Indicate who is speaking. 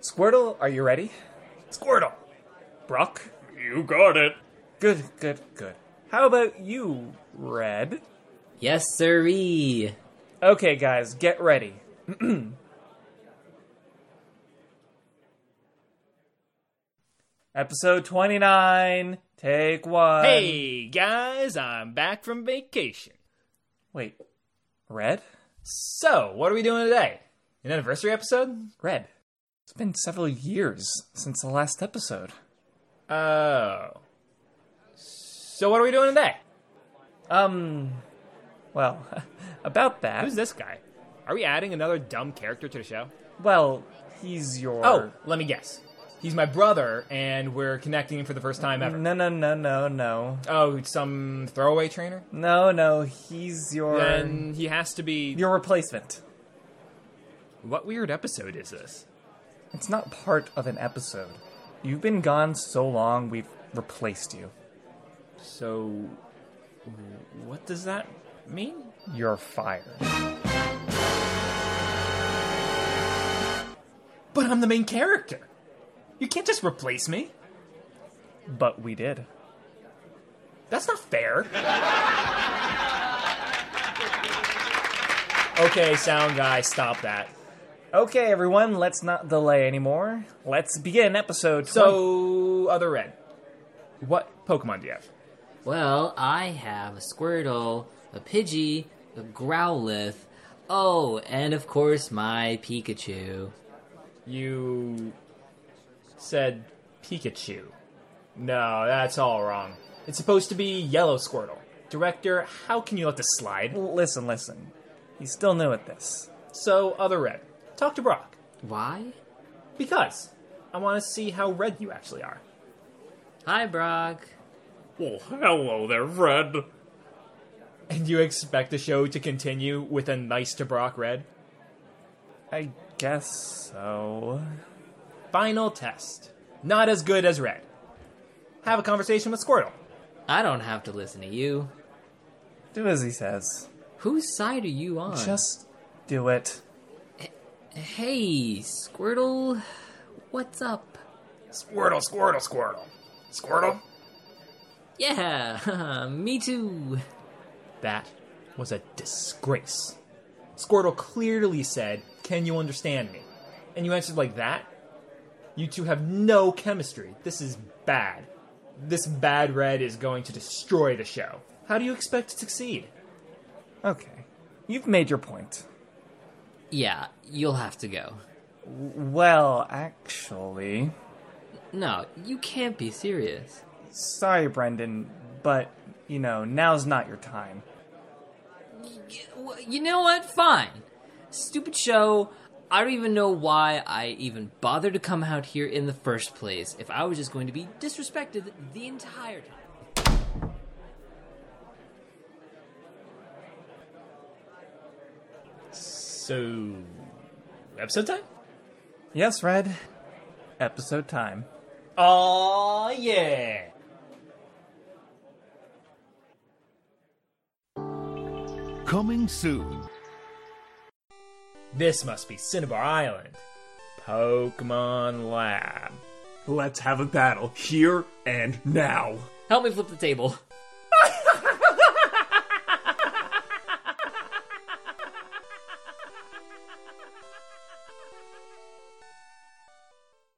Speaker 1: Squirtle, are you ready? Squirtle. Brock.
Speaker 2: You got it.
Speaker 1: Good, good, good. How about you, Red?
Speaker 3: Yes, sirree.
Speaker 1: Okay, guys, get ready. Episode 29, take one.
Speaker 3: Um,
Speaker 2: Hey guys, I'm back from vacation.
Speaker 1: Wait, Red?
Speaker 2: So, what are we doing today? An anniversary episode?
Speaker 1: Red. It's been several years since the last episode.
Speaker 2: Oh. So, what are we doing today?
Speaker 1: Um, well, about that.
Speaker 2: Who's this guy? Are we adding another dumb character to the show?
Speaker 1: Well, he's your.
Speaker 2: Oh, let me guess. He's my brother, and we're connecting him for the first time ever.
Speaker 1: No, no, no, no, no.
Speaker 2: Oh, some throwaway trainer?
Speaker 1: No, no, he's your.
Speaker 2: Then he has to be.
Speaker 1: Your replacement.
Speaker 2: What weird episode is this?
Speaker 1: It's not part of an episode. You've been gone so long, we've replaced you.
Speaker 2: So, what does that mean?
Speaker 1: You're fired.
Speaker 2: But I'm the main character. You can't just replace me.
Speaker 1: But we did.
Speaker 2: That's not fair. okay, sound guy, stop that.
Speaker 1: Okay, everyone, let's not delay anymore. Let's begin episode 20.
Speaker 2: So, other red. What Pokemon do you have?
Speaker 3: Well, I have a Squirtle, a Pidgey, a Growlithe, oh, and of course my Pikachu.
Speaker 2: You said Pikachu. No, that's all wrong. It's supposed to be Yellow Squirtle. Director, how can you let this slide?
Speaker 1: Listen, listen. He's still new at this.
Speaker 2: So, other red. Talk to Brock.
Speaker 3: Why?
Speaker 2: Because I want to see how red you actually are.
Speaker 3: Hi, Brock.
Speaker 4: Well, hello there, Red.
Speaker 2: And you expect the show to continue with a nice to Brock red?
Speaker 1: I guess so.
Speaker 2: Final test. Not as good as red. Have a conversation with Squirtle.
Speaker 3: I don't have to listen to you.
Speaker 1: Do as he says.
Speaker 3: Whose side are you on?
Speaker 1: Just do it.
Speaker 3: Hey, Squirtle. What's up?
Speaker 2: Squirtle, Squirtle, Squirtle. Squirtle?
Speaker 3: Yeah, me too.
Speaker 2: That was a disgrace. Squirtle clearly said, Can you understand me? And you answered like that? You two have no chemistry. This is bad. This bad red is going to destroy the show. How do you expect to succeed?
Speaker 1: Okay. You've made your point.
Speaker 3: Yeah, you'll have to go.
Speaker 1: Well, actually.
Speaker 3: No, you can't be serious.
Speaker 1: Sorry, Brendan, but, you know, now's not your time.
Speaker 3: Well, You know what? Fine. Stupid show. I don't even know why I even bothered to come out here in the first place if I was just going to be disrespected the entire time.
Speaker 2: So. Episode time?
Speaker 1: Yes, Red. Episode time.
Speaker 2: Aw, yeah!
Speaker 5: Coming soon.
Speaker 2: This must be Cinnabar Island. Pokemon Lab.
Speaker 4: Let's have a battle here and now.
Speaker 3: Help me flip the table.